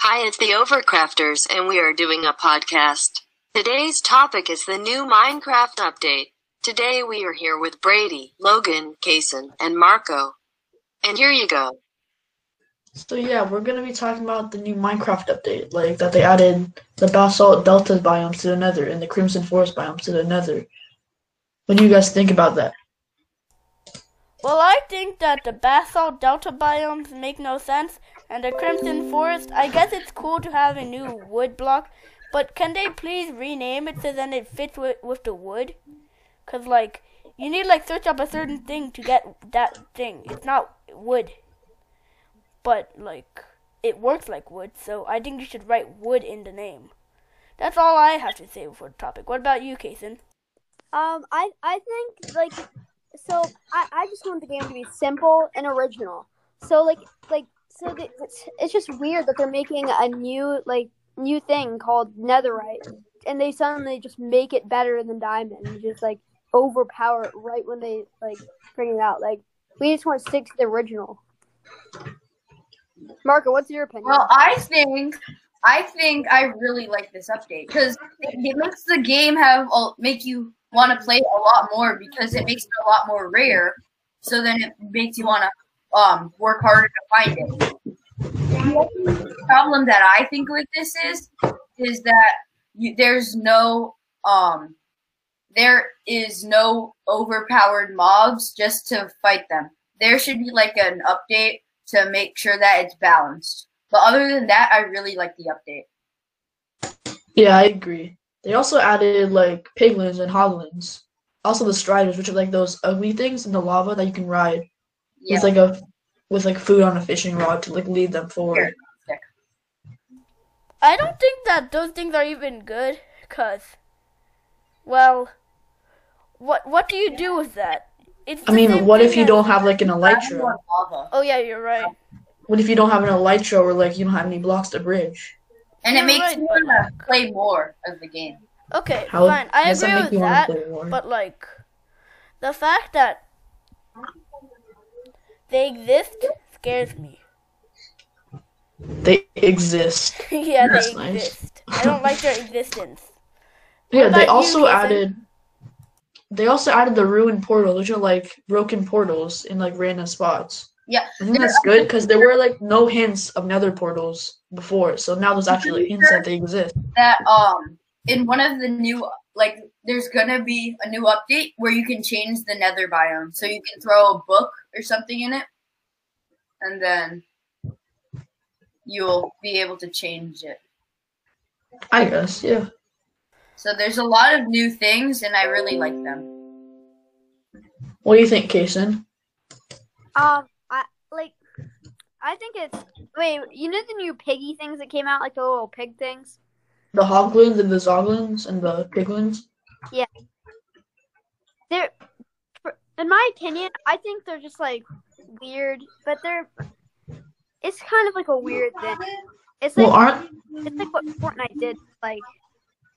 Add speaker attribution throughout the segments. Speaker 1: Hi, it's the Overcrafters, and we are doing a podcast. Today's topic is the new Minecraft update. Today we are here with Brady, Logan, Kason, and Marco. And here you go.
Speaker 2: So yeah, we're gonna be talking about the new Minecraft update, like that they added the basalt delta biomes to the Nether and the crimson forest biomes to the Nether. What do you guys think about that?
Speaker 3: Well, I think that the basalt delta biomes make no sense, and the crimson forest. I guess it's cool to have a new wood block, but can they please rename it so then it fits with, with the wood? Cause like you need like search up a certain thing to get that thing. It's not wood, but like it works like wood. So I think you should write wood in the name. That's all I have to say for the topic. What about you, Kason?
Speaker 4: Um, I I think like so I, I just want the game to be simple and original. So like like so the, it's, it's just weird that they're making a new like new thing called Netherite, and they suddenly just make it better than Diamond, and just like overpower it right when they like bring it out. Like we just want to stick to the original. Marco, what's your opinion?
Speaker 5: Well, I think I think I really like this update because it, it makes the game have a, make you want to play a lot more because it makes it a lot more rare. So then it makes you want to um, work harder to find it. The problem that I think with this is is that you, there's no um there is no overpowered mobs just to fight them. There should be like an update to make sure that it's balanced. But other than that, I really like the update.
Speaker 2: Yeah, I agree. They also added like piglins and hoglins. Also the striders, which are like those ugly things in the lava that you can ride
Speaker 5: Yeah.
Speaker 2: with like a with like food on a fishing rod to like lead them forward.
Speaker 3: I don't think that those things are even good, cause, well, what what do you do with that? It's
Speaker 2: I
Speaker 3: the same
Speaker 2: mean, what if
Speaker 3: thing
Speaker 2: you
Speaker 3: as-
Speaker 2: don't have like an
Speaker 5: I don't
Speaker 2: elytra?
Speaker 5: want lava.
Speaker 3: Oh yeah, you're right.
Speaker 2: What if you don't have an elytra or like you don't have any blocks to bridge?
Speaker 5: And it
Speaker 3: You're
Speaker 5: makes
Speaker 3: right,
Speaker 5: you
Speaker 3: but-
Speaker 5: want to play more of the game.
Speaker 3: Okay,
Speaker 2: How
Speaker 3: fine. I
Speaker 2: does
Speaker 3: agree
Speaker 2: that make you
Speaker 3: with
Speaker 2: want
Speaker 3: that,
Speaker 2: to play more?
Speaker 3: but like, the fact that they exist scares me.
Speaker 2: They exist.
Speaker 3: yeah, they
Speaker 2: That's nice.
Speaker 3: exist. I don't like their existence.
Speaker 2: Yeah,
Speaker 3: about
Speaker 2: they
Speaker 3: you,
Speaker 2: also
Speaker 3: Ethan?
Speaker 2: added. They also added the ruined portals, which are like broken portals in like random spots.
Speaker 5: Yeah,
Speaker 2: I think that's good because there were like no hints of nether portals before, so now there's actually like, hints that they exist.
Speaker 5: that um in one of the new like there's gonna be a new update where you can change the nether biome so you can throw a book or something in it and then you'll be able to change it
Speaker 2: I guess, yeah.
Speaker 5: so there's a lot of new things and i really like them
Speaker 2: What do you think, Kason?
Speaker 4: Um, I like. I think it's wait. You know the new piggy things that came out, like the little pig things.
Speaker 2: The hoglins and the zoglins and the piglins.
Speaker 4: They're, for- in my opinion, I think they're just like weird, but they're. It's kind of like a weird thing. It's like
Speaker 2: Well, aren't
Speaker 4: it's like what Fortnite did, like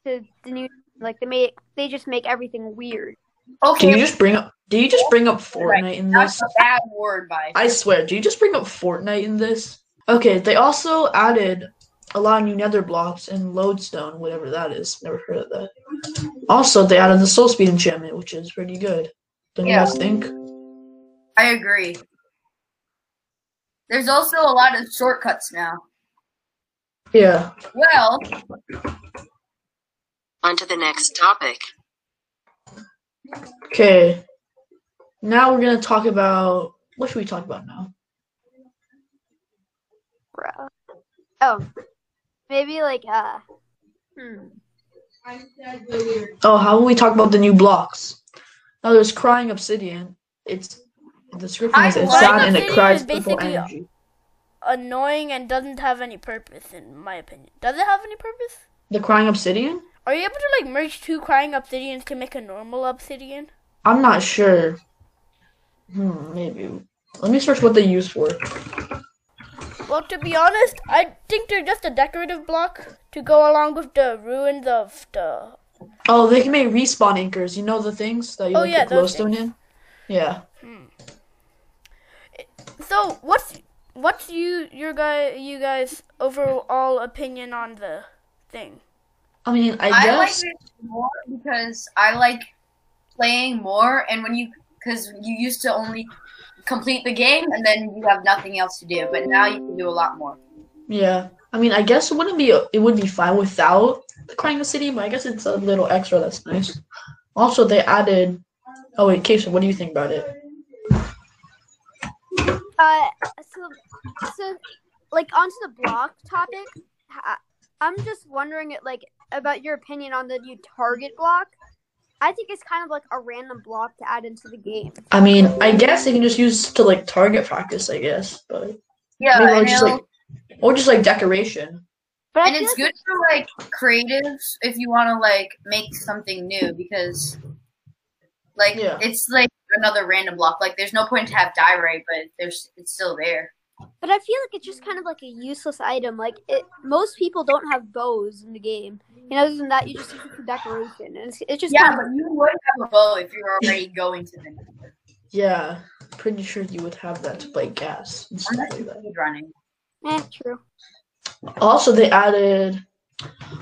Speaker 4: to the new, like they make they just make everything weird.
Speaker 2: do you
Speaker 5: okay
Speaker 2: just bring up? Do you just bring up Fortnite in
Speaker 5: that's
Speaker 2: this?
Speaker 5: a bad word by
Speaker 2: I swear, do you just bring up Fortnite in this? Okay, they also added a lot of new nether blocks and lodestone, whatever that is. Never heard of that. Also, they added the soul speed enchantment, which is pretty good. Don't you
Speaker 5: Yeah.
Speaker 2: guys think?
Speaker 5: i agree there's also a lot of shortcuts now
Speaker 2: Yeah.
Speaker 5: well
Speaker 1: On to the next topic.
Speaker 2: Okay. Now we're gonna talk about what should we talk about now?
Speaker 4: Bro. Oh, maybe like uh, hmm.
Speaker 2: Oh, how will we talk about the new blocks? Now there's crying obsidian. It's the description
Speaker 5: I
Speaker 2: is it's
Speaker 5: like
Speaker 2: sad and it
Speaker 3: obsidian
Speaker 2: cries
Speaker 3: is
Speaker 2: purple
Speaker 3: basically-
Speaker 2: energy.
Speaker 3: Annoying and doesn't have any purpose, in my opinion. Does it have any purpose?
Speaker 2: The crying obsidian?
Speaker 3: Are you able to like merge two crying obsidians to make a normal obsidian?
Speaker 2: I'm not sure. Hmm, maybe. Let me search what they use for.
Speaker 3: Well, to be honest, I think they're just a decorative block to go along with the ruins of the.
Speaker 2: Oh, they can make respawn anchors. You know the things that you
Speaker 3: Oh,
Speaker 2: like
Speaker 3: yeah,
Speaker 2: the
Speaker 3: those
Speaker 2: glowstone in? Yeah.
Speaker 3: So what's what's you your guy you guys overall opinion on the thing?
Speaker 2: I mean, I,
Speaker 5: I like
Speaker 2: guess
Speaker 5: it more because I like playing more, and when you because you used to only complete the game and then you have nothing else to do, but now you can do a lot more.
Speaker 2: yeah. I mean, I guess it wouldn't be it would be fine without the crying the city, but I guess it's a little extra that's nice. Also, they added. Oh wait, Casey, what do you think about it?
Speaker 4: Uh, so, so, like onto the blog topic. I- I'm just wondering, like, about your opinion on the new target block. I think it's kind of like a random block to add into the game.
Speaker 2: I mean, I guess they can just use to like target practice, I guess, but
Speaker 5: Yeah,
Speaker 2: maybe,
Speaker 5: and,
Speaker 2: like, just
Speaker 5: it'll-
Speaker 2: like or just like decoration.
Speaker 4: But I
Speaker 5: and
Speaker 4: feel
Speaker 5: it's
Speaker 4: like
Speaker 5: good for like creatives if you want to like make something new because like
Speaker 2: Yeah.
Speaker 5: it's like another random block. Like there's no point to have diary, but there's it's still there.
Speaker 4: But I feel like it's just kind of like a useless item. Like it, most people don't have bows in the game. You know, other than that, you just use it for decoration, and it's, it's just
Speaker 5: Yeah,
Speaker 4: kind of-
Speaker 5: but you would have a bow if you're already going to the
Speaker 2: Yeah, pretty sure you would have that to play gas and stuff
Speaker 5: unless
Speaker 2: like
Speaker 5: you're
Speaker 2: that.
Speaker 5: speed running.
Speaker 4: eh, true.
Speaker 2: Also, they added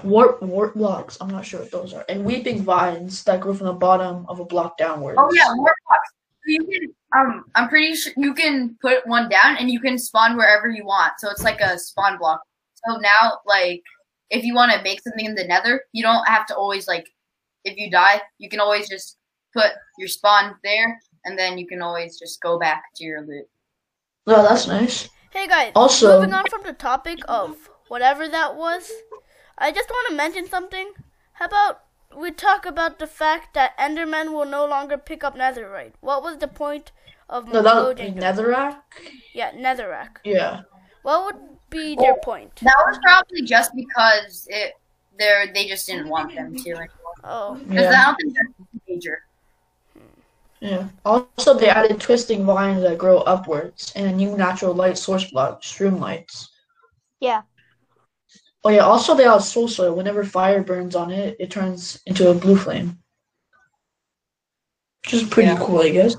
Speaker 2: warp warp blocks. I'm not sure what those are, and weeping vines that grow from the bottom of a block downwards.
Speaker 5: Oh yeah, warp box. You can um I'm pretty sure you can put one down and you can spawn wherever you want. So it's like a spawn block. So now like if you want to make something in the nether, you don't have to always like if you die, you can always just put your spawn there and then you can always just go back to your loot.
Speaker 2: No, that's nice.
Speaker 3: Hey guys,
Speaker 2: Also-
Speaker 3: moving on from the topic of whatever that was, I just want to mention something. How about we talk about the fact that Endermen will no longer pick up Netherite? What was the point of
Speaker 2: No, that
Speaker 5: Oh,
Speaker 2: was
Speaker 3: Mojang?
Speaker 2: Netherrack.
Speaker 3: yeah, Netherrack.
Speaker 2: Yeah,
Speaker 3: What would be their
Speaker 2: Oh.
Speaker 3: point?
Speaker 5: That was probably just because it they they just didn't want them to anymore.
Speaker 3: Oh,
Speaker 5: Because
Speaker 2: yeah,
Speaker 5: I don't think that's major.
Speaker 2: yeah. Also, they added twisting vines that grow upwards and a new natural light source block, stream lights.
Speaker 4: Yeah.
Speaker 2: Oh yeah. Also, they added soul soil. Whenever fire burns on it, it turns into a blue flame, which is pretty
Speaker 5: Yeah.
Speaker 2: cool, I guess.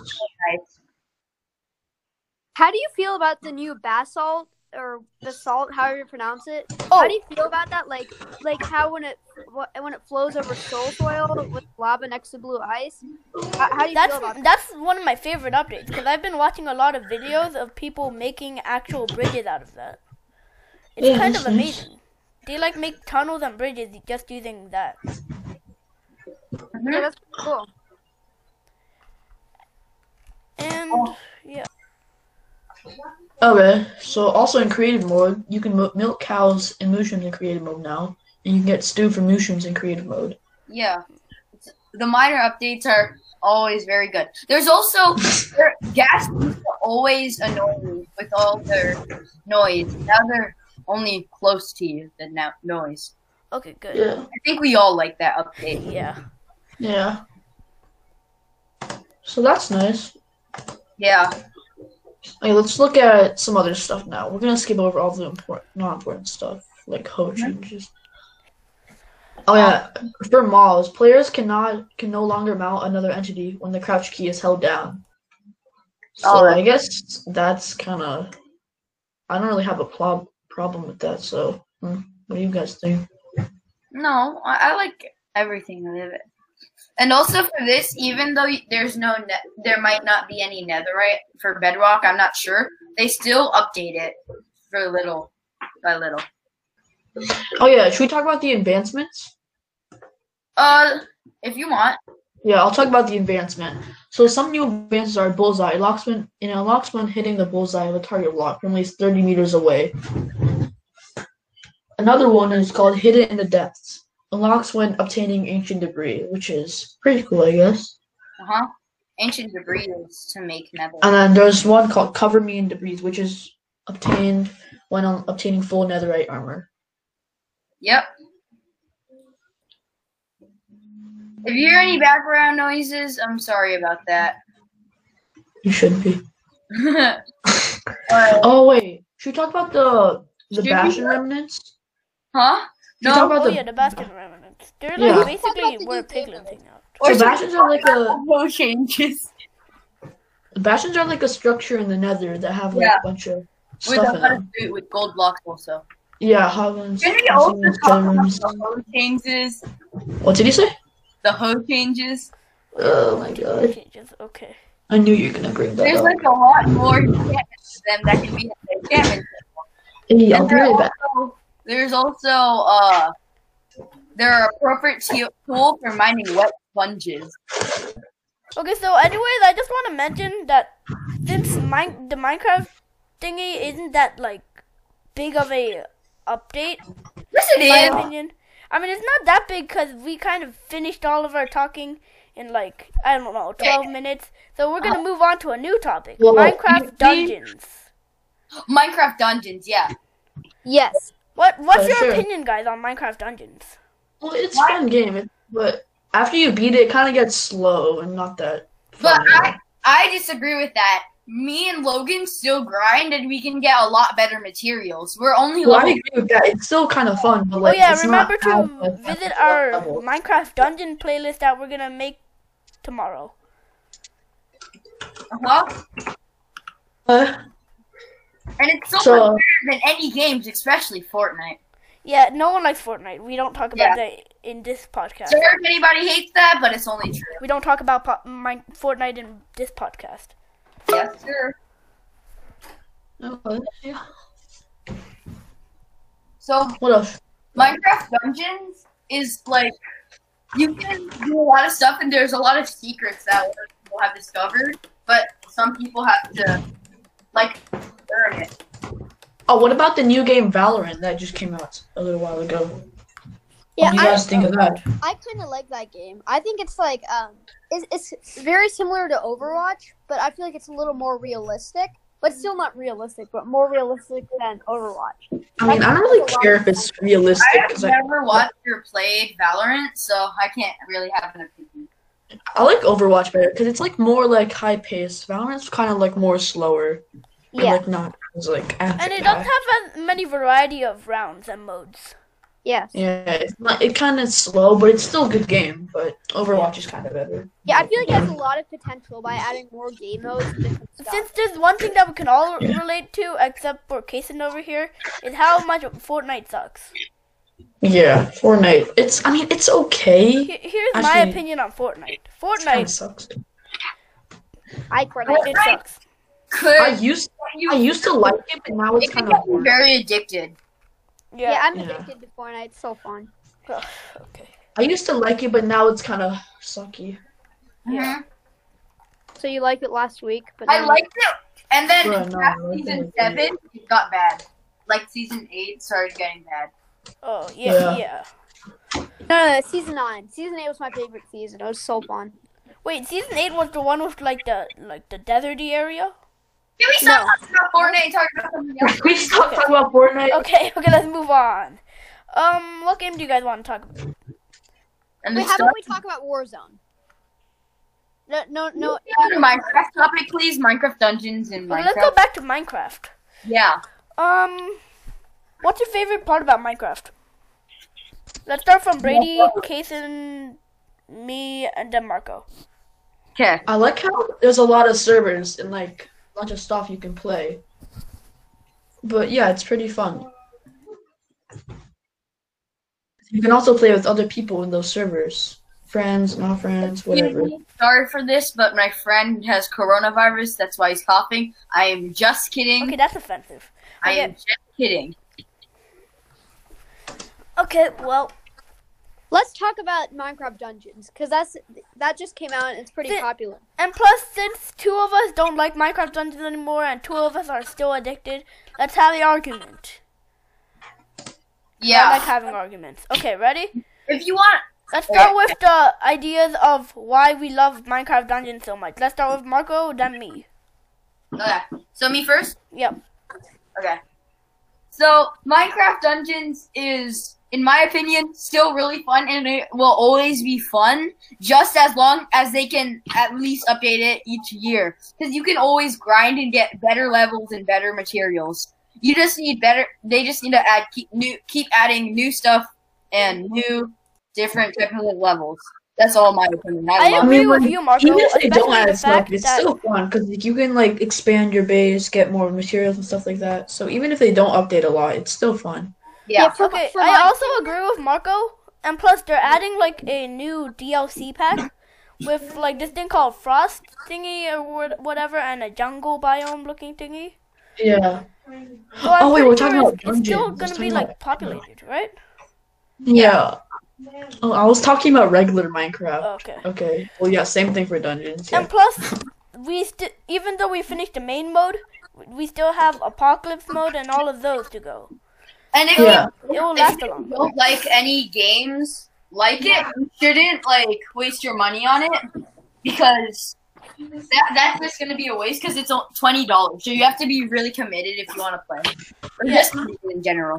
Speaker 4: How do you feel about the new basalt or basalt, however you pronounce it? How
Speaker 3: oh,
Speaker 4: do you feel about that? Like, like how when it wh- when it flows over soul soil with lava next to blue ice? How, how do you
Speaker 3: that's
Speaker 4: feel about that?
Speaker 3: that's one of my favorite updates because I've been watching a lot of videos of people making actual bridges out of that. It's
Speaker 2: Yeah,
Speaker 3: kind
Speaker 2: that's
Speaker 3: of
Speaker 2: nice.
Speaker 3: amazing. They like make tunnels and bridges just using that.
Speaker 4: Yeah, that's pretty cool.
Speaker 3: And
Speaker 2: Oh.
Speaker 3: yeah,
Speaker 2: Okay, so also in creative mode, you can mo- milk cows and mushrooms in creative mode now, and you can get stew from mushrooms in creative mode.
Speaker 5: Yeah. The minor updates are always very good. There's also their gas used to always annoy me with all their noise. Now they're only close to you the now noise.
Speaker 3: okay, good.
Speaker 2: Yeah.
Speaker 5: I think we all like that update.
Speaker 3: Yeah.
Speaker 2: Yeah. So that's nice.
Speaker 5: Yeah.
Speaker 2: Okay, let's look at some other stuff now. We're gonna skip over all the important, non-important stuff like hoe changes. Oh yeah, for mauls, players cannot can no longer mount another entity when the crouch key is held down. So
Speaker 5: Oh,
Speaker 2: I guess that's kind of. I don't really have a plob- problem with that. So hmm, what do you guys think?
Speaker 5: No, I, I like everything of it. And also for this, even though there's no, ne- there might not be any netherite for bedrock. I'm not sure. They still update it for little by little.
Speaker 2: Oh yeah, should we talk about the advancements?
Speaker 5: Uh, if you want.
Speaker 2: Yeah, I'll talk about the advancement. So some new advances are bullseye. It locks when it unlocks when hitting the bullseye of a target block from at least 30 meters away. Another one is called Hidden in the Depths. Unlocks when obtaining ancient debris, which is pretty cool, I guess.
Speaker 5: Uh huh. Ancient debris is to make nether.
Speaker 2: And then there's one called Cover Me in Debris, which is obtained when on- obtaining full netherite armor.
Speaker 5: Yep. If you hear any background noises, I'm sorry about that.
Speaker 2: You should be.
Speaker 5: But-
Speaker 2: Oh wait, should we talk about the the
Speaker 5: Should we-
Speaker 2: Bastion remnants?
Speaker 5: huh?
Speaker 2: Should we talk
Speaker 5: No.
Speaker 2: about
Speaker 3: Oh
Speaker 2: the
Speaker 3: yeah, the basket remnants. They're
Speaker 2: Yeah.
Speaker 3: like
Speaker 5: What
Speaker 3: basically
Speaker 5: about
Speaker 3: where
Speaker 5: the new
Speaker 3: piglins hang out.
Speaker 5: Or
Speaker 2: so bastions are like a
Speaker 5: No changes.
Speaker 2: Bastions are like a structure in the nether that have like
Speaker 5: Yeah.
Speaker 2: a bunch of
Speaker 5: With
Speaker 2: stuff
Speaker 5: a
Speaker 2: in
Speaker 5: lot of
Speaker 2: them.
Speaker 5: food with gold blocks also.
Speaker 2: Yeah, Hollands.
Speaker 5: Can we also
Speaker 2: Hollands,
Speaker 5: talk about
Speaker 2: Hollands.
Speaker 5: the hoe changes?
Speaker 2: What did you say?
Speaker 5: The hoe changes.
Speaker 2: Oh my god.
Speaker 3: Changes. Okay.
Speaker 2: I knew you were gonna bring that
Speaker 5: There's
Speaker 2: up.
Speaker 5: like a lot more enchantments to them that can be in the enchantment.
Speaker 2: Hey, I'll
Speaker 5: And
Speaker 2: be
Speaker 5: there
Speaker 2: right
Speaker 5: are
Speaker 2: back.
Speaker 5: also, there's also uh, there are appropriate t- tool for mining wet sponges.
Speaker 3: Okay, so anyways, I just want to mention that since mine the Minecraft thingy isn't that like big of a update,
Speaker 5: Yes, it
Speaker 3: in my
Speaker 5: is.
Speaker 3: opinion. I mean, it's not that big because we kind of finished all of our talking in like I don't know, twelve minutes. So we're gonna move on to a new topic:
Speaker 2: Uh-huh. Well,
Speaker 3: Minecraft
Speaker 2: you see-
Speaker 3: dungeons.
Speaker 5: Minecraft dungeons, yeah.
Speaker 4: Yes.
Speaker 3: What What's
Speaker 2: Uh,
Speaker 3: your
Speaker 2: sure.
Speaker 3: opinion, guys, on Minecraft dungeons?
Speaker 2: Well, it's a fun game, it- but after you beat it, it kind of gets slow and not that.
Speaker 5: But
Speaker 2: fun.
Speaker 5: I I disagree with that. Me and Logan still grind, and we can get a lot better materials. We're only
Speaker 2: Well, I
Speaker 5: level-
Speaker 2: agree with that. It's still kind of fun, but like,
Speaker 3: oh yeah,
Speaker 2: it's not
Speaker 3: remember
Speaker 2: as
Speaker 3: to
Speaker 2: much as
Speaker 3: visit
Speaker 2: the
Speaker 3: our
Speaker 2: level.
Speaker 3: Minecraft dungeon playlist that we're gonna make tomorrow.
Speaker 5: Uh-huh.
Speaker 2: Uh,
Speaker 5: and it's so,
Speaker 2: So-
Speaker 5: much better than any games, especially Fortnite.
Speaker 3: Yeah, no one likes Fortnite. We don't talk about
Speaker 5: Yeah.
Speaker 3: that in this podcast.
Speaker 5: Sorry if anybody hates that, but it's only true.
Speaker 3: We don't talk about po- Mine- Fortnite in this podcast.
Speaker 5: Yes, sir.
Speaker 2: okay, yeah.
Speaker 5: So
Speaker 2: What else?
Speaker 5: Minecraft Dungeons is like you can do a lot of stuff, and there's a lot of secrets that other people have discovered, but some people have to like learn it.
Speaker 2: Oh, what about the new game Valorant that just came out a little while ago?
Speaker 4: Yeah,
Speaker 2: what do you
Speaker 4: I,
Speaker 2: guys think of that?
Speaker 4: I kind of like that game. I think it's like um, it's, it's very similar to Overwatch, but I feel like it's a little more realistic. But still not realistic, but more realistic than Overwatch.
Speaker 2: I mean, I don't really care if it's realistic
Speaker 5: I've
Speaker 2: because I,
Speaker 5: never watched or played Valorant, so I can't really have an opinion.
Speaker 2: I like Overwatch better because it's like more like high paced. Valorant's kind of like more slower. and,
Speaker 4: Yeah.
Speaker 2: Like not as like.
Speaker 3: And it doesn't
Speaker 2: action-packed.
Speaker 3: have as many variety of rounds and modes.
Speaker 4: Yes. Yeah.
Speaker 2: Yeah, it's not, it kind of slow, but it's still a good game. But Overwatch is kind of better.
Speaker 4: I feel like it has a lot of potential by adding more game modes and different
Speaker 3: Since
Speaker 4: stuff.
Speaker 3: there's one thing that we can all
Speaker 2: Yeah.
Speaker 3: relate to, except for Kason over here, is how much Fortnite sucks.
Speaker 2: Yeah, Fortnite. It's. I mean, it's okay.
Speaker 3: Here- Here's my
Speaker 2: Actually-
Speaker 3: opinion on Fortnite.
Speaker 2: Kind of
Speaker 3: Fortnite,
Speaker 2: sucks.
Speaker 4: I
Speaker 3: it
Speaker 4: Fortnite.
Speaker 3: sucks.
Speaker 2: I
Speaker 5: Could
Speaker 2: used.
Speaker 5: you?
Speaker 2: I used to like it, but now it's
Speaker 5: it can
Speaker 2: kind
Speaker 5: get
Speaker 2: of.
Speaker 5: you very addicted.
Speaker 3: Yeah.
Speaker 4: Yeah, I'm
Speaker 2: Yeah.
Speaker 4: addicted to Fortnite. It's so fun.
Speaker 3: okay.
Speaker 2: I used to like it, but now it's kind of sucky.
Speaker 5: Yeah.
Speaker 4: So you liked it last week, but
Speaker 5: Mm-hmm. I
Speaker 4: now-
Speaker 5: liked it, and then
Speaker 2: Bro, no,
Speaker 5: after
Speaker 2: I think
Speaker 5: season
Speaker 2: I like it.
Speaker 5: seven, it got bad. Like season eight started getting bad.
Speaker 3: Oh yeah, yeah,
Speaker 2: Yeah.
Speaker 4: no, no, no, season nine. Season eight was my favorite season. It was so fun.
Speaker 3: Wait, season eight was the one with like the like the deserty area.
Speaker 5: Can we
Speaker 4: No.
Speaker 5: stop talking about Fortnite and talk about something else?
Speaker 2: we stopped talking about Fortnite.
Speaker 3: Okay, okay, let's move on. Um, what game do you guys want to talk about?
Speaker 5: And
Speaker 4: Wait,
Speaker 5: we
Speaker 4: how
Speaker 5: start
Speaker 4: about we talk about Warzone? No, no, no.
Speaker 5: on to Minecraft topic, please. Minecraft Dungeons and
Speaker 3: Okay, let's go
Speaker 5: Minecraft.
Speaker 3: back to Minecraft.
Speaker 5: Yeah.
Speaker 3: Um, what's your favorite part about Minecraft? Let's start from Brady, Kason, me, and then Marco.
Speaker 5: Okay.
Speaker 2: I like how there's a lot of servers and like a bunch of stuff you can play. But yeah, it's pretty fun. You can also play with other people in those servers. Friends, not friends, whatever.
Speaker 5: Sorry for this, but my friend has coronavirus. That's why he's coughing. I am just kidding.
Speaker 3: Okay, that's offensive.
Speaker 5: I am
Speaker 3: okay.
Speaker 5: just kidding.
Speaker 3: Okay, well,
Speaker 4: Let's talk about Minecraft Dungeons because that's that just came out and it's pretty
Speaker 3: Th-
Speaker 4: popular.
Speaker 3: and plus, since two of us don't like Minecraft Dungeons anymore, and two of us are still addicted, let's have an argument. I like
Speaker 5: Yeah.
Speaker 3: having arguments. Okay, ready?
Speaker 5: If you want,
Speaker 3: Let's start with the ideas of why we love Minecraft Dungeons so much. Let's start with Marco, then me.
Speaker 5: okay. So me first.
Speaker 3: Yep.
Speaker 5: Okay. So Minecraft Dungeons is, in my opinion, still really fun, and it will always be fun, just as long as they can at least update it each year, because you can always grind and get better levels and better materials. You just need better. They just need to add keep new, keep adding new stuff and new different types of levels. That's all my opinion. I,
Speaker 3: I
Speaker 5: love
Speaker 3: agree
Speaker 5: it.
Speaker 3: with
Speaker 2: like,
Speaker 3: you, Marco.
Speaker 2: Even if they don't
Speaker 3: especially the
Speaker 2: add stuff,
Speaker 3: fact
Speaker 2: it's
Speaker 3: that
Speaker 2: still fun because you can like expand your base, get more materials and stuff like that. So even if they don't update a lot, it's still fun.
Speaker 5: Yeah.
Speaker 4: for,
Speaker 3: Okay,
Speaker 4: for
Speaker 3: I
Speaker 4: my-
Speaker 3: also agree with Marco. And plus, they're adding like a new DLC pack with like this thing called Frost thingy or what- whatever, and a jungle biome looking thingy.
Speaker 2: Yeah.
Speaker 3: So I'm
Speaker 2: Oh, wait,
Speaker 3: pretty
Speaker 2: we're talking
Speaker 3: sure
Speaker 2: about
Speaker 3: it's, it's still
Speaker 2: dungeons. Let's
Speaker 3: gonna be
Speaker 2: talk about-
Speaker 3: like populated, right?
Speaker 2: Yeah. Oh, I was talking about regular Minecraft.
Speaker 3: Oh, Okay.
Speaker 2: Okay. Well, yeah, same thing for dungeons. Yeah.
Speaker 3: And plus, we st- even though we finished the main mode, we still have apocalypse mode and all of those to go.
Speaker 5: And if
Speaker 2: Yeah.
Speaker 5: you,
Speaker 3: It will
Speaker 5: if
Speaker 3: last a
Speaker 5: you
Speaker 3: long.
Speaker 5: don't like any games like it, you shouldn't like waste your money on it because that, that's just gonna be a waste because it's o- twenty dollars. So you have to be really committed if you want to play, or just in general.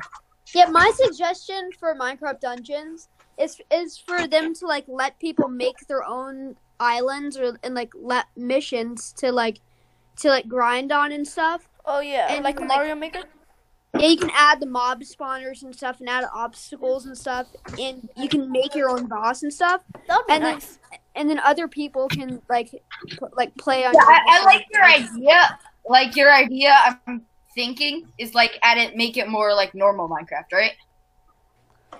Speaker 4: Yeah, my suggestion for Minecraft Dungeons is is for them to like let people make their own islands or and like let missions to like to like grind on and stuff.
Speaker 3: Oh yeah,
Speaker 4: And
Speaker 3: like
Speaker 4: like-
Speaker 3: Mario Maker.
Speaker 4: Yeah, you can add the mob spawners and stuff, and add obstacles and stuff, and you can make your own boss and stuff,
Speaker 3: That would be
Speaker 4: And then-
Speaker 3: nice.
Speaker 4: and then other people can like p- like play on.
Speaker 5: Yeah,
Speaker 4: your
Speaker 5: I, I
Speaker 4: boss.
Speaker 5: like your idea. Like your idea, I'm thinking is like add it, make it more like normal Minecraft, right?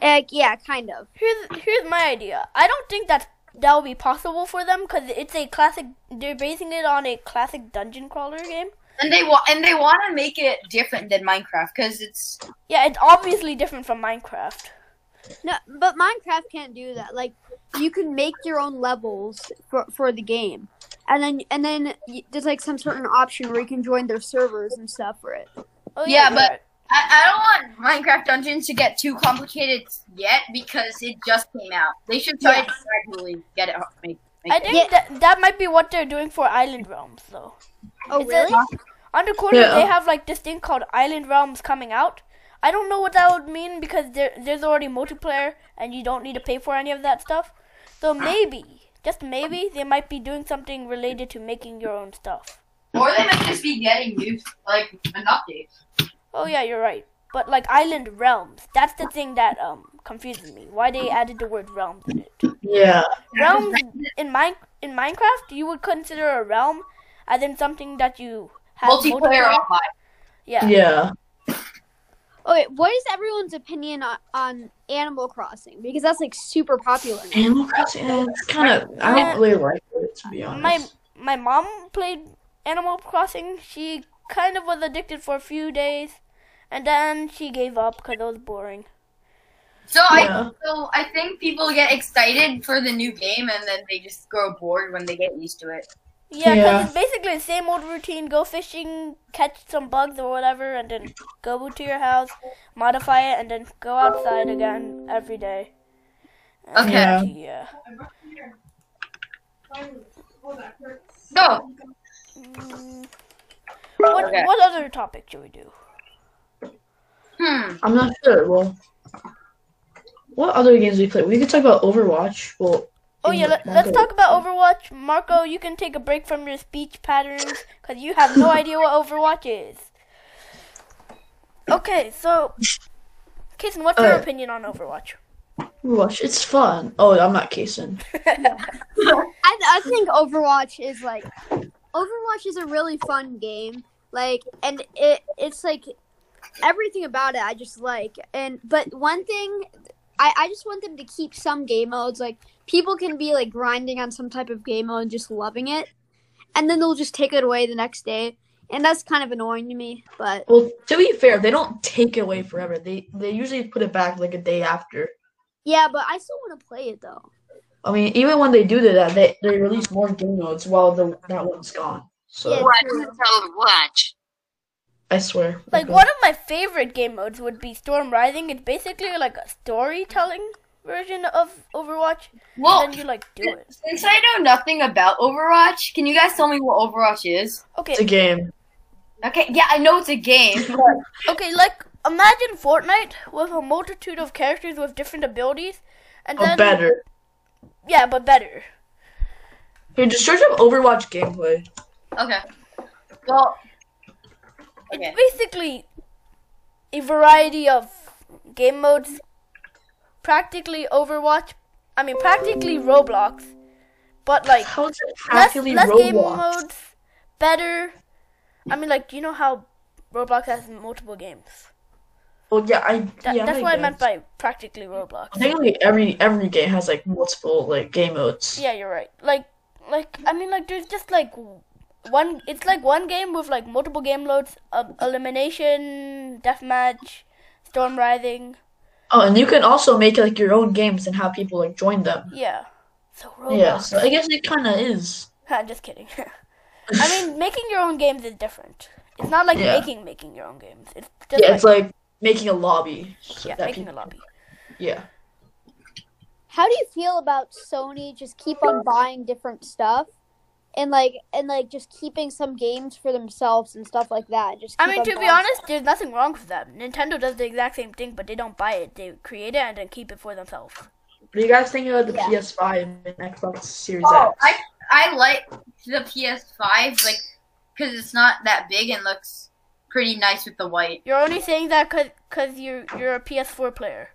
Speaker 4: Like, yeah, kind of.
Speaker 3: Here's here's my idea. I don't think that that will be possible for them because it's a classic. They're basing it on a classic dungeon crawler game.
Speaker 5: And they want and they want to make it different than Minecraft because it's
Speaker 3: Yeah, it's obviously different from Minecraft.
Speaker 4: No, but Minecraft can't do that. Like you can make your own levels for for the game, and then and then y there's like some certain option where you can join their servers and stuff for it.
Speaker 3: Oh
Speaker 5: Yeah,
Speaker 3: you're
Speaker 5: but-
Speaker 3: right.
Speaker 5: I, I don't want Minecraft Dungeons to get too complicated yet because it just came out. They should try to gradually get it. Make, make
Speaker 3: I
Speaker 5: it.
Speaker 3: think that that might be what they're doing for Island Realms though.
Speaker 4: Oh
Speaker 3: It's a- on the corner,
Speaker 2: Yeah.
Speaker 3: they have like this thing called Island Realms coming out. I don't know what that would mean because there, there's already multiplayer and you don't need to pay for any of that stuff. So maybe, just maybe, they might be doing something related to making your own stuff.
Speaker 5: Or they might just be getting new like an update.
Speaker 3: Oh yeah, you're right. But like Island Realms, that's the thing that um confuses me. Why they added the word realms in it?
Speaker 2: Yeah.
Speaker 3: Realms in mine in Minecraft, you would consider a realm as in something that you have
Speaker 5: Multiplayer online.
Speaker 3: Yeah.
Speaker 2: Yeah.
Speaker 4: Okay, what is everyone's opinion on, on Animal Crossing? Because that's like super popular. now.
Speaker 2: Animal Crossing. eh, It's kind of. I don't really like it to be honest.
Speaker 3: my my mom played Animal Crossing. She kind of was addicted for a few days, and then she gave up because it was boring.
Speaker 5: So
Speaker 2: Yeah.
Speaker 5: I so I think people get excited for the new game and then they just grow bored when they get used to it.
Speaker 3: Yeah, 'cause
Speaker 2: Yeah.
Speaker 3: it's basically the same old routine: go fishing, catch some bugs or whatever, and then go to your house, modify it, and then go outside again every day. And,
Speaker 2: Okay.
Speaker 3: Yeah.
Speaker 5: So
Speaker 3: Mm. What
Speaker 5: Okay.
Speaker 3: what other topic should we do?
Speaker 5: hmm,
Speaker 2: I'm not sure. Well, what other games we play? We could talk about Overwatch. Well.
Speaker 3: Oh
Speaker 2: in
Speaker 3: yeah, let,
Speaker 2: Minecraft.
Speaker 3: let's talk about Overwatch. Marco, you can take a break from your speech patterns because you have no idea what Overwatch is. Okay, so, Kason, what's your
Speaker 2: Alright.
Speaker 3: opinion on Overwatch?
Speaker 2: Overwatch. It's fun. Oh, I'm not Kason.
Speaker 4: I, I think Overwatch is like Overwatch is a really fun game. Like and it it's like everything about it I just like. And but one thing I, I just want them to keep some game modes. Like people can be like grinding on some type of game mode and just loving it. And then they'll just take it away the next day. And that's kind of annoying to me. But
Speaker 2: Well, to be fair, they don't take it away forever. They they usually put it back like a day after.
Speaker 4: yeah, but I still wanna play it though.
Speaker 2: I mean, even when they do do that, they, they release more game modes while the that one's gone. So
Speaker 4: Yeah.
Speaker 1: Watch so watch.
Speaker 2: I swear.
Speaker 3: Like,
Speaker 2: Okay.
Speaker 3: one of my favorite game modes would be Storm Rising. It's basically like a storytelling version of Overwatch,
Speaker 5: Well,
Speaker 3: and then you like do it.
Speaker 5: since I know nothing about Overwatch, can you guys tell me what Overwatch is?
Speaker 2: It's a
Speaker 3: Okay,
Speaker 2: game.
Speaker 5: Okay, yeah, I know it's a game. but-
Speaker 3: okay, like imagine Fortnite with a multitude of characters with different abilities, and
Speaker 2: Or
Speaker 3: then
Speaker 2: Oh, better.
Speaker 3: yeah, but better.
Speaker 2: Here, just search up Overwatch gameplay.
Speaker 5: okay. Well, okay.
Speaker 3: It's basically a variety of game modes. Practically Overwatch, I mean, practically Roblox, but like
Speaker 2: How is it
Speaker 3: less,
Speaker 2: practically
Speaker 3: less game
Speaker 2: Roblox?
Speaker 3: modes, better. I mean, like you know how Roblox has multiple games.
Speaker 2: Well, yeah, I
Speaker 3: That,
Speaker 2: yeah,
Speaker 3: that's what I meant
Speaker 2: guess.
Speaker 3: by practically Roblox.
Speaker 2: I think like every every game has like multiple like game modes.
Speaker 3: Yeah, you're right. Like, like I mean, like there's just like w- one. It's like one game with like multiple game loads: um, elimination, deathmatch, storm rising.
Speaker 2: Oh, and you can also make like your own games and have people like join them.
Speaker 3: Yeah. So Roblox.
Speaker 2: Yeah, so I guess it kind of is.
Speaker 3: I'm just kidding. I mean, making your own games is different. It's not like
Speaker 2: Yeah.
Speaker 3: making making your own games. It's just
Speaker 2: Yeah,
Speaker 3: like,
Speaker 2: it's like making a lobby. so
Speaker 3: yeah,
Speaker 2: that
Speaker 3: making a
Speaker 2: people-
Speaker 3: lobby.
Speaker 2: Yeah.
Speaker 4: How do you feel about Sony just keep on buying different stuff? And like and like just keeping some games for themselves and stuff like that. Just
Speaker 3: I
Speaker 4: keep
Speaker 3: mean,
Speaker 4: on
Speaker 3: to be
Speaker 4: buying
Speaker 3: honest, there's nothing wrong with that. Nintendo does the exact same thing, but they don't buy it. They create it and then keep it for themselves.
Speaker 2: What do you guys think about the
Speaker 4: Yeah.
Speaker 2: PS5 and Xbox Series
Speaker 5: Oh,
Speaker 2: X?
Speaker 5: I I like the PS5 like because it's not that big and looks pretty nice with the white.
Speaker 3: You're only saying that because cause you're you're a PS4 player.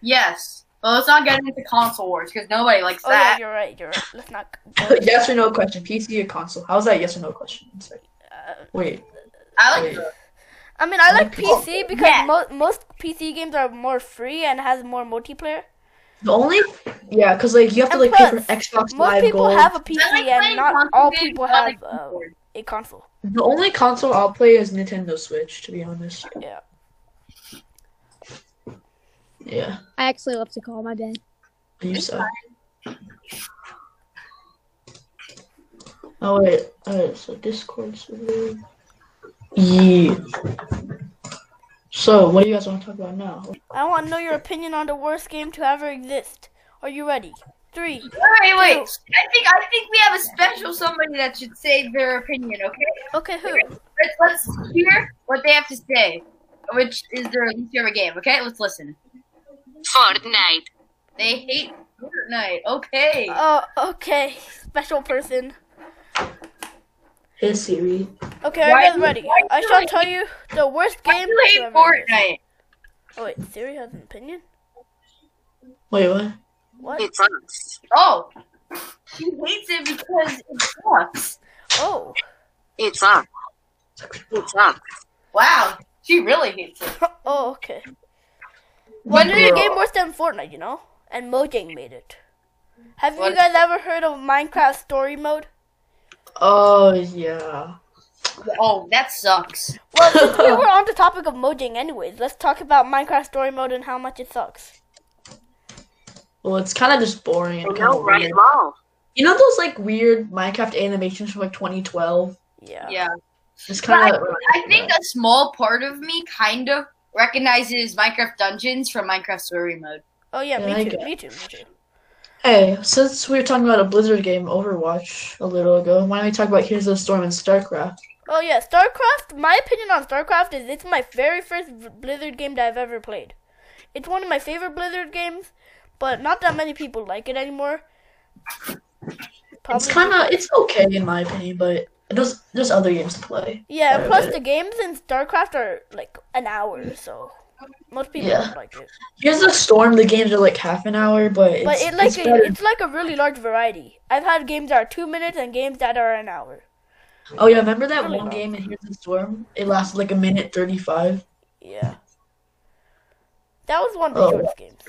Speaker 5: Yes. Well, let's not get into console wars because nobody likes
Speaker 3: Oh yeah,
Speaker 5: that.
Speaker 3: you're right. You're right. Let's not.
Speaker 2: yes or no question. PC or console? How's that yes or no question? It's like-
Speaker 3: Uh,
Speaker 2: Wait.
Speaker 5: I like
Speaker 2: wait.
Speaker 3: I mean, I like
Speaker 2: Okay.
Speaker 3: PC because
Speaker 5: yeah.
Speaker 3: mo- most PC games are more free and has more multiplayer.
Speaker 2: The only yeah, because like you have to
Speaker 3: And
Speaker 2: like pay for
Speaker 3: plus,
Speaker 2: Xbox
Speaker 3: Most
Speaker 2: Live
Speaker 3: people
Speaker 2: Gold.
Speaker 3: have a PC,
Speaker 5: I like
Speaker 3: and
Speaker 5: playing
Speaker 3: not
Speaker 5: console
Speaker 3: all
Speaker 5: games
Speaker 3: people
Speaker 5: without a
Speaker 3: have uh,
Speaker 5: keyboard.
Speaker 3: a console.
Speaker 2: The only console I'll play is Nintendo Switch, to be honest.
Speaker 3: Yeah.
Speaker 2: Yeah,
Speaker 4: I actually love to call my dad.
Speaker 2: you suck. Oh wait, alright. So Discord server. Yeah. So what do you guys want to talk about now?
Speaker 3: I want to know your opinion on the worst game to ever exist. Are you ready? Three.
Speaker 5: Wait, wait.
Speaker 3: Two.
Speaker 5: I think I think we have a special somebody that should say their opinion. Okay,
Speaker 3: Okay, who?
Speaker 5: let's, let's hear what they have to say, which is their least favorite game. Okay, let's listen.
Speaker 1: Fortnite.
Speaker 5: They hate Fortnite. Okay.
Speaker 3: Oh, okay. Special person.
Speaker 2: Hey Siri.
Speaker 3: Okay, are
Speaker 5: Why
Speaker 3: you guys
Speaker 5: do-
Speaker 3: ready?
Speaker 5: why do
Speaker 3: I shall
Speaker 5: I
Speaker 3: tell you the worst
Speaker 5: Why
Speaker 3: game
Speaker 5: do you
Speaker 3: to
Speaker 5: hate
Speaker 3: ever exist.
Speaker 5: Fortnite?
Speaker 3: Oh wait, Siri has an opinion.
Speaker 2: Wait, what?
Speaker 3: What?
Speaker 1: It sucks.
Speaker 5: Oh, she hates it because it sucks.
Speaker 3: Oh.
Speaker 1: It sucks. It sucks.
Speaker 5: Wow, she really hates it.
Speaker 3: Oh, okay. Well, there's a
Speaker 2: Bruh.
Speaker 3: game worse than Fortnite, you know? And Mojang made it. Have
Speaker 5: What?
Speaker 3: you guys ever heard of Minecraft Story Mode?
Speaker 2: Oh yeah.
Speaker 5: Oh, that sucks.
Speaker 3: Well, since we were on the topic of Mojang anyways, let's talk about Minecraft Story Mode and how much it sucks.
Speaker 2: Well, it's kind of just boring
Speaker 1: I
Speaker 2: and kind
Speaker 1: know,
Speaker 2: of
Speaker 1: Oh, right?
Speaker 2: weird.
Speaker 1: Lol.
Speaker 2: You know those like weird Minecraft animations from like 2012?
Speaker 3: Yeah.
Speaker 5: Yeah,
Speaker 2: It's kind of.
Speaker 5: I think a small part of me kind of recognizes Minecraft Dungeons from Minecraft Story Mode.
Speaker 3: Oh yeah,
Speaker 2: Yeah, I
Speaker 3: me too,
Speaker 2: get-
Speaker 3: me too, me too.
Speaker 2: Hey, since we were talking about a Blizzard game, Overwatch, a little ago, why don't we talk about Here's of the Storm and StarCraft?
Speaker 3: Oh yeah, StarCraft. My opinion on StarCraft is it's my very first Blizzard game that I've ever played. It's one of my favorite Blizzard games, but not that many people like it anymore.
Speaker 2: It's kind of it's okay in my opinion, but there's there's other games to play.
Speaker 3: yeah.
Speaker 2: better,
Speaker 3: Plus,
Speaker 2: but-
Speaker 3: the games in StarCraft are like an hour, so most people
Speaker 2: Yeah.
Speaker 3: don't like it.
Speaker 2: Here's the Storm. The games are like half an hour, but it's,
Speaker 3: But it like
Speaker 2: it's
Speaker 3: a,
Speaker 2: better.
Speaker 3: it's like a really large variety. I've had games that are two minutes and games that are an hour.
Speaker 2: oh yeah, remember that
Speaker 3: really
Speaker 2: one
Speaker 3: long.
Speaker 2: game in Here's the Storm? It lasted like a minute thirty five.
Speaker 3: Yeah, that was one of the
Speaker 2: Oh.
Speaker 3: shortest games.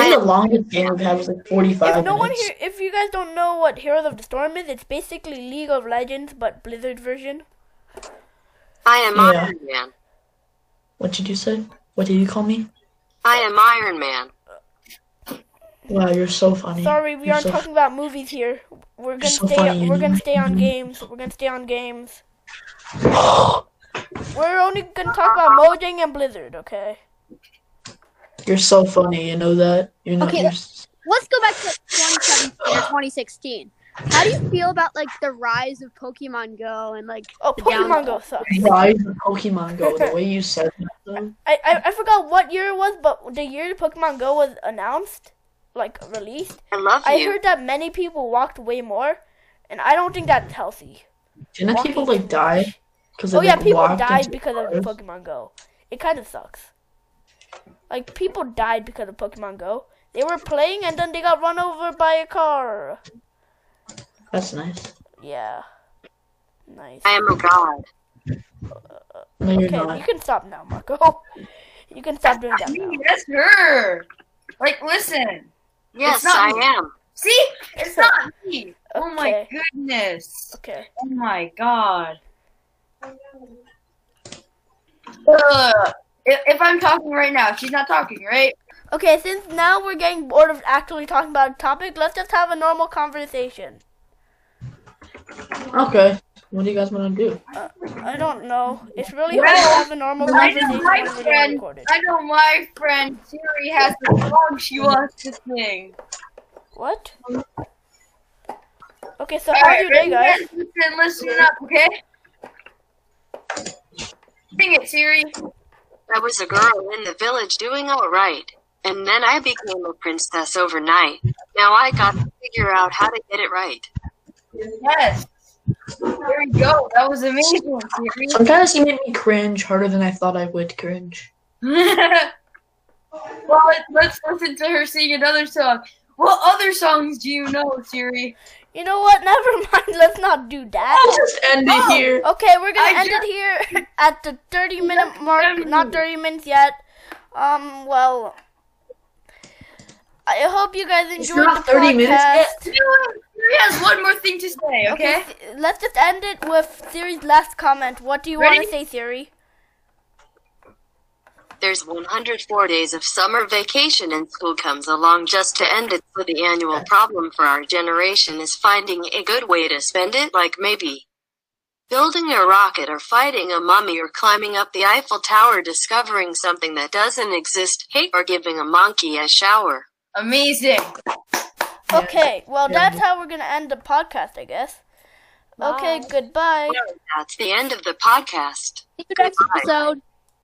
Speaker 2: I think the longest game we've had was like forty
Speaker 3: If
Speaker 2: five
Speaker 3: no one
Speaker 2: minutes.
Speaker 3: here, if you guys don't know what Heroes of the Storm is, it's basically League of Legends but Blizzard version.
Speaker 1: I am
Speaker 2: Yeah.
Speaker 1: Iron Man.
Speaker 2: What did you say? What did you call me?
Speaker 1: I am Iron Man.
Speaker 2: Wow, you're so funny.
Speaker 3: Sorry, we
Speaker 2: You're
Speaker 3: aren't
Speaker 2: so-
Speaker 3: talking about movies here. We're gonna
Speaker 2: so
Speaker 3: stay.
Speaker 2: funny,
Speaker 3: We're gonna
Speaker 2: anyway.
Speaker 3: stay on games. We're gonna stay on games. We're only gonna talk about Mojang and Blizzard, okay?
Speaker 2: You're so funny. You know that. You're not.
Speaker 4: Okay,
Speaker 2: you're s-
Speaker 4: Let's go back to 2017 or 2016. How do you feel about like the rise of Pokemon Go and like
Speaker 3: Oh,
Speaker 4: The
Speaker 3: Pokemon Go
Speaker 4: downfall.
Speaker 3: sucks.
Speaker 2: Why is the Pokemon Go the way you said that? Though?
Speaker 3: I, I I forgot what year it was, but the year Pokemon Go was announced, like released,
Speaker 1: I love
Speaker 3: I
Speaker 1: you.
Speaker 3: heard that many people walked way more, and I don't think that's healthy.
Speaker 2: Didn't
Speaker 3: Walking
Speaker 2: people
Speaker 3: too
Speaker 2: like die? Because
Speaker 3: Oh yeah, people died because of Pokemon Go. It kind of sucks. Like people died because of Pokemon Go, They were playing and then they got run over by a car.
Speaker 2: That's nice.
Speaker 3: Yeah. Nice.
Speaker 1: I am a god.
Speaker 2: No, you're
Speaker 3: Okay,
Speaker 2: not.
Speaker 3: you can stop now, Marco. You can stop doing that now.
Speaker 5: That's her. Like, listen.
Speaker 1: Yes,
Speaker 5: It's
Speaker 1: I
Speaker 5: not me.
Speaker 1: am.
Speaker 5: See, it's not me. Oh my
Speaker 3: Okay.
Speaker 5: goodness.
Speaker 3: Okay.
Speaker 5: Oh my god. Uh, if, if I'm talking right now, she's not talking, right?
Speaker 3: Okay, since now we're getting bored of actually talking about a topic, let's just have a normal conversation.
Speaker 2: Okay. What do you guys want to do?
Speaker 3: I don't know. It's really
Speaker 5: Yeah.
Speaker 3: hard to have a normal
Speaker 5: I
Speaker 3: conversation
Speaker 5: know
Speaker 3: when
Speaker 5: my
Speaker 3: we're not
Speaker 5: friend.
Speaker 3: recorded.
Speaker 5: I know my friend Siri has the song she wants to sing.
Speaker 3: What?
Speaker 2: Um,
Speaker 3: Okay, so how's your day, guys?
Speaker 5: ready, Listen, listen up, okay? Sing it, Siri.
Speaker 1: I was a girl in the village doing all right. And then I became a princess overnight. Now I got to figure out how to get it right.
Speaker 5: Yes. There you go. That was amazing, Siri.
Speaker 2: Sometimes you make me cringe harder than I thought I would cringe.
Speaker 5: well, let, let's listen to her sing another song. What other songs do you know, Siri?
Speaker 3: You know what? Never mind. Let's not do
Speaker 2: I'll
Speaker 3: that.
Speaker 2: just end it
Speaker 5: Oh.
Speaker 2: here.
Speaker 3: Okay, we're gonna
Speaker 5: I
Speaker 3: end it here at the 30 minute mark. Not 30 minutes yet. Um, well, I hope you guys enjoyed
Speaker 2: not
Speaker 3: the
Speaker 2: 30
Speaker 3: podcast.
Speaker 2: minutes
Speaker 5: Siri has one more thing to say, okay?
Speaker 3: s- let's just end it with Siri's last comment. What do you want to
Speaker 5: Ready?
Speaker 3: say, Siri?
Speaker 1: There's 104 days of summer vacation and school comes along just to end it. So the annual problem for our generation is finding a good way to spend it, like maybe building a rocket or fighting a mummy or climbing up the Eiffel Tower, discovering something that doesn't exist, hey, or giving a monkey a shower.
Speaker 5: Amazing.
Speaker 2: Yeah.
Speaker 3: Okay, well,
Speaker 2: Yeah.
Speaker 3: that's how we're gonna end the podcast, I guess. Okay,
Speaker 4: Bye.
Speaker 3: goodbye.
Speaker 1: That's the end of the podcast.
Speaker 4: See you next
Speaker 1: Goodbye.
Speaker 4: episode.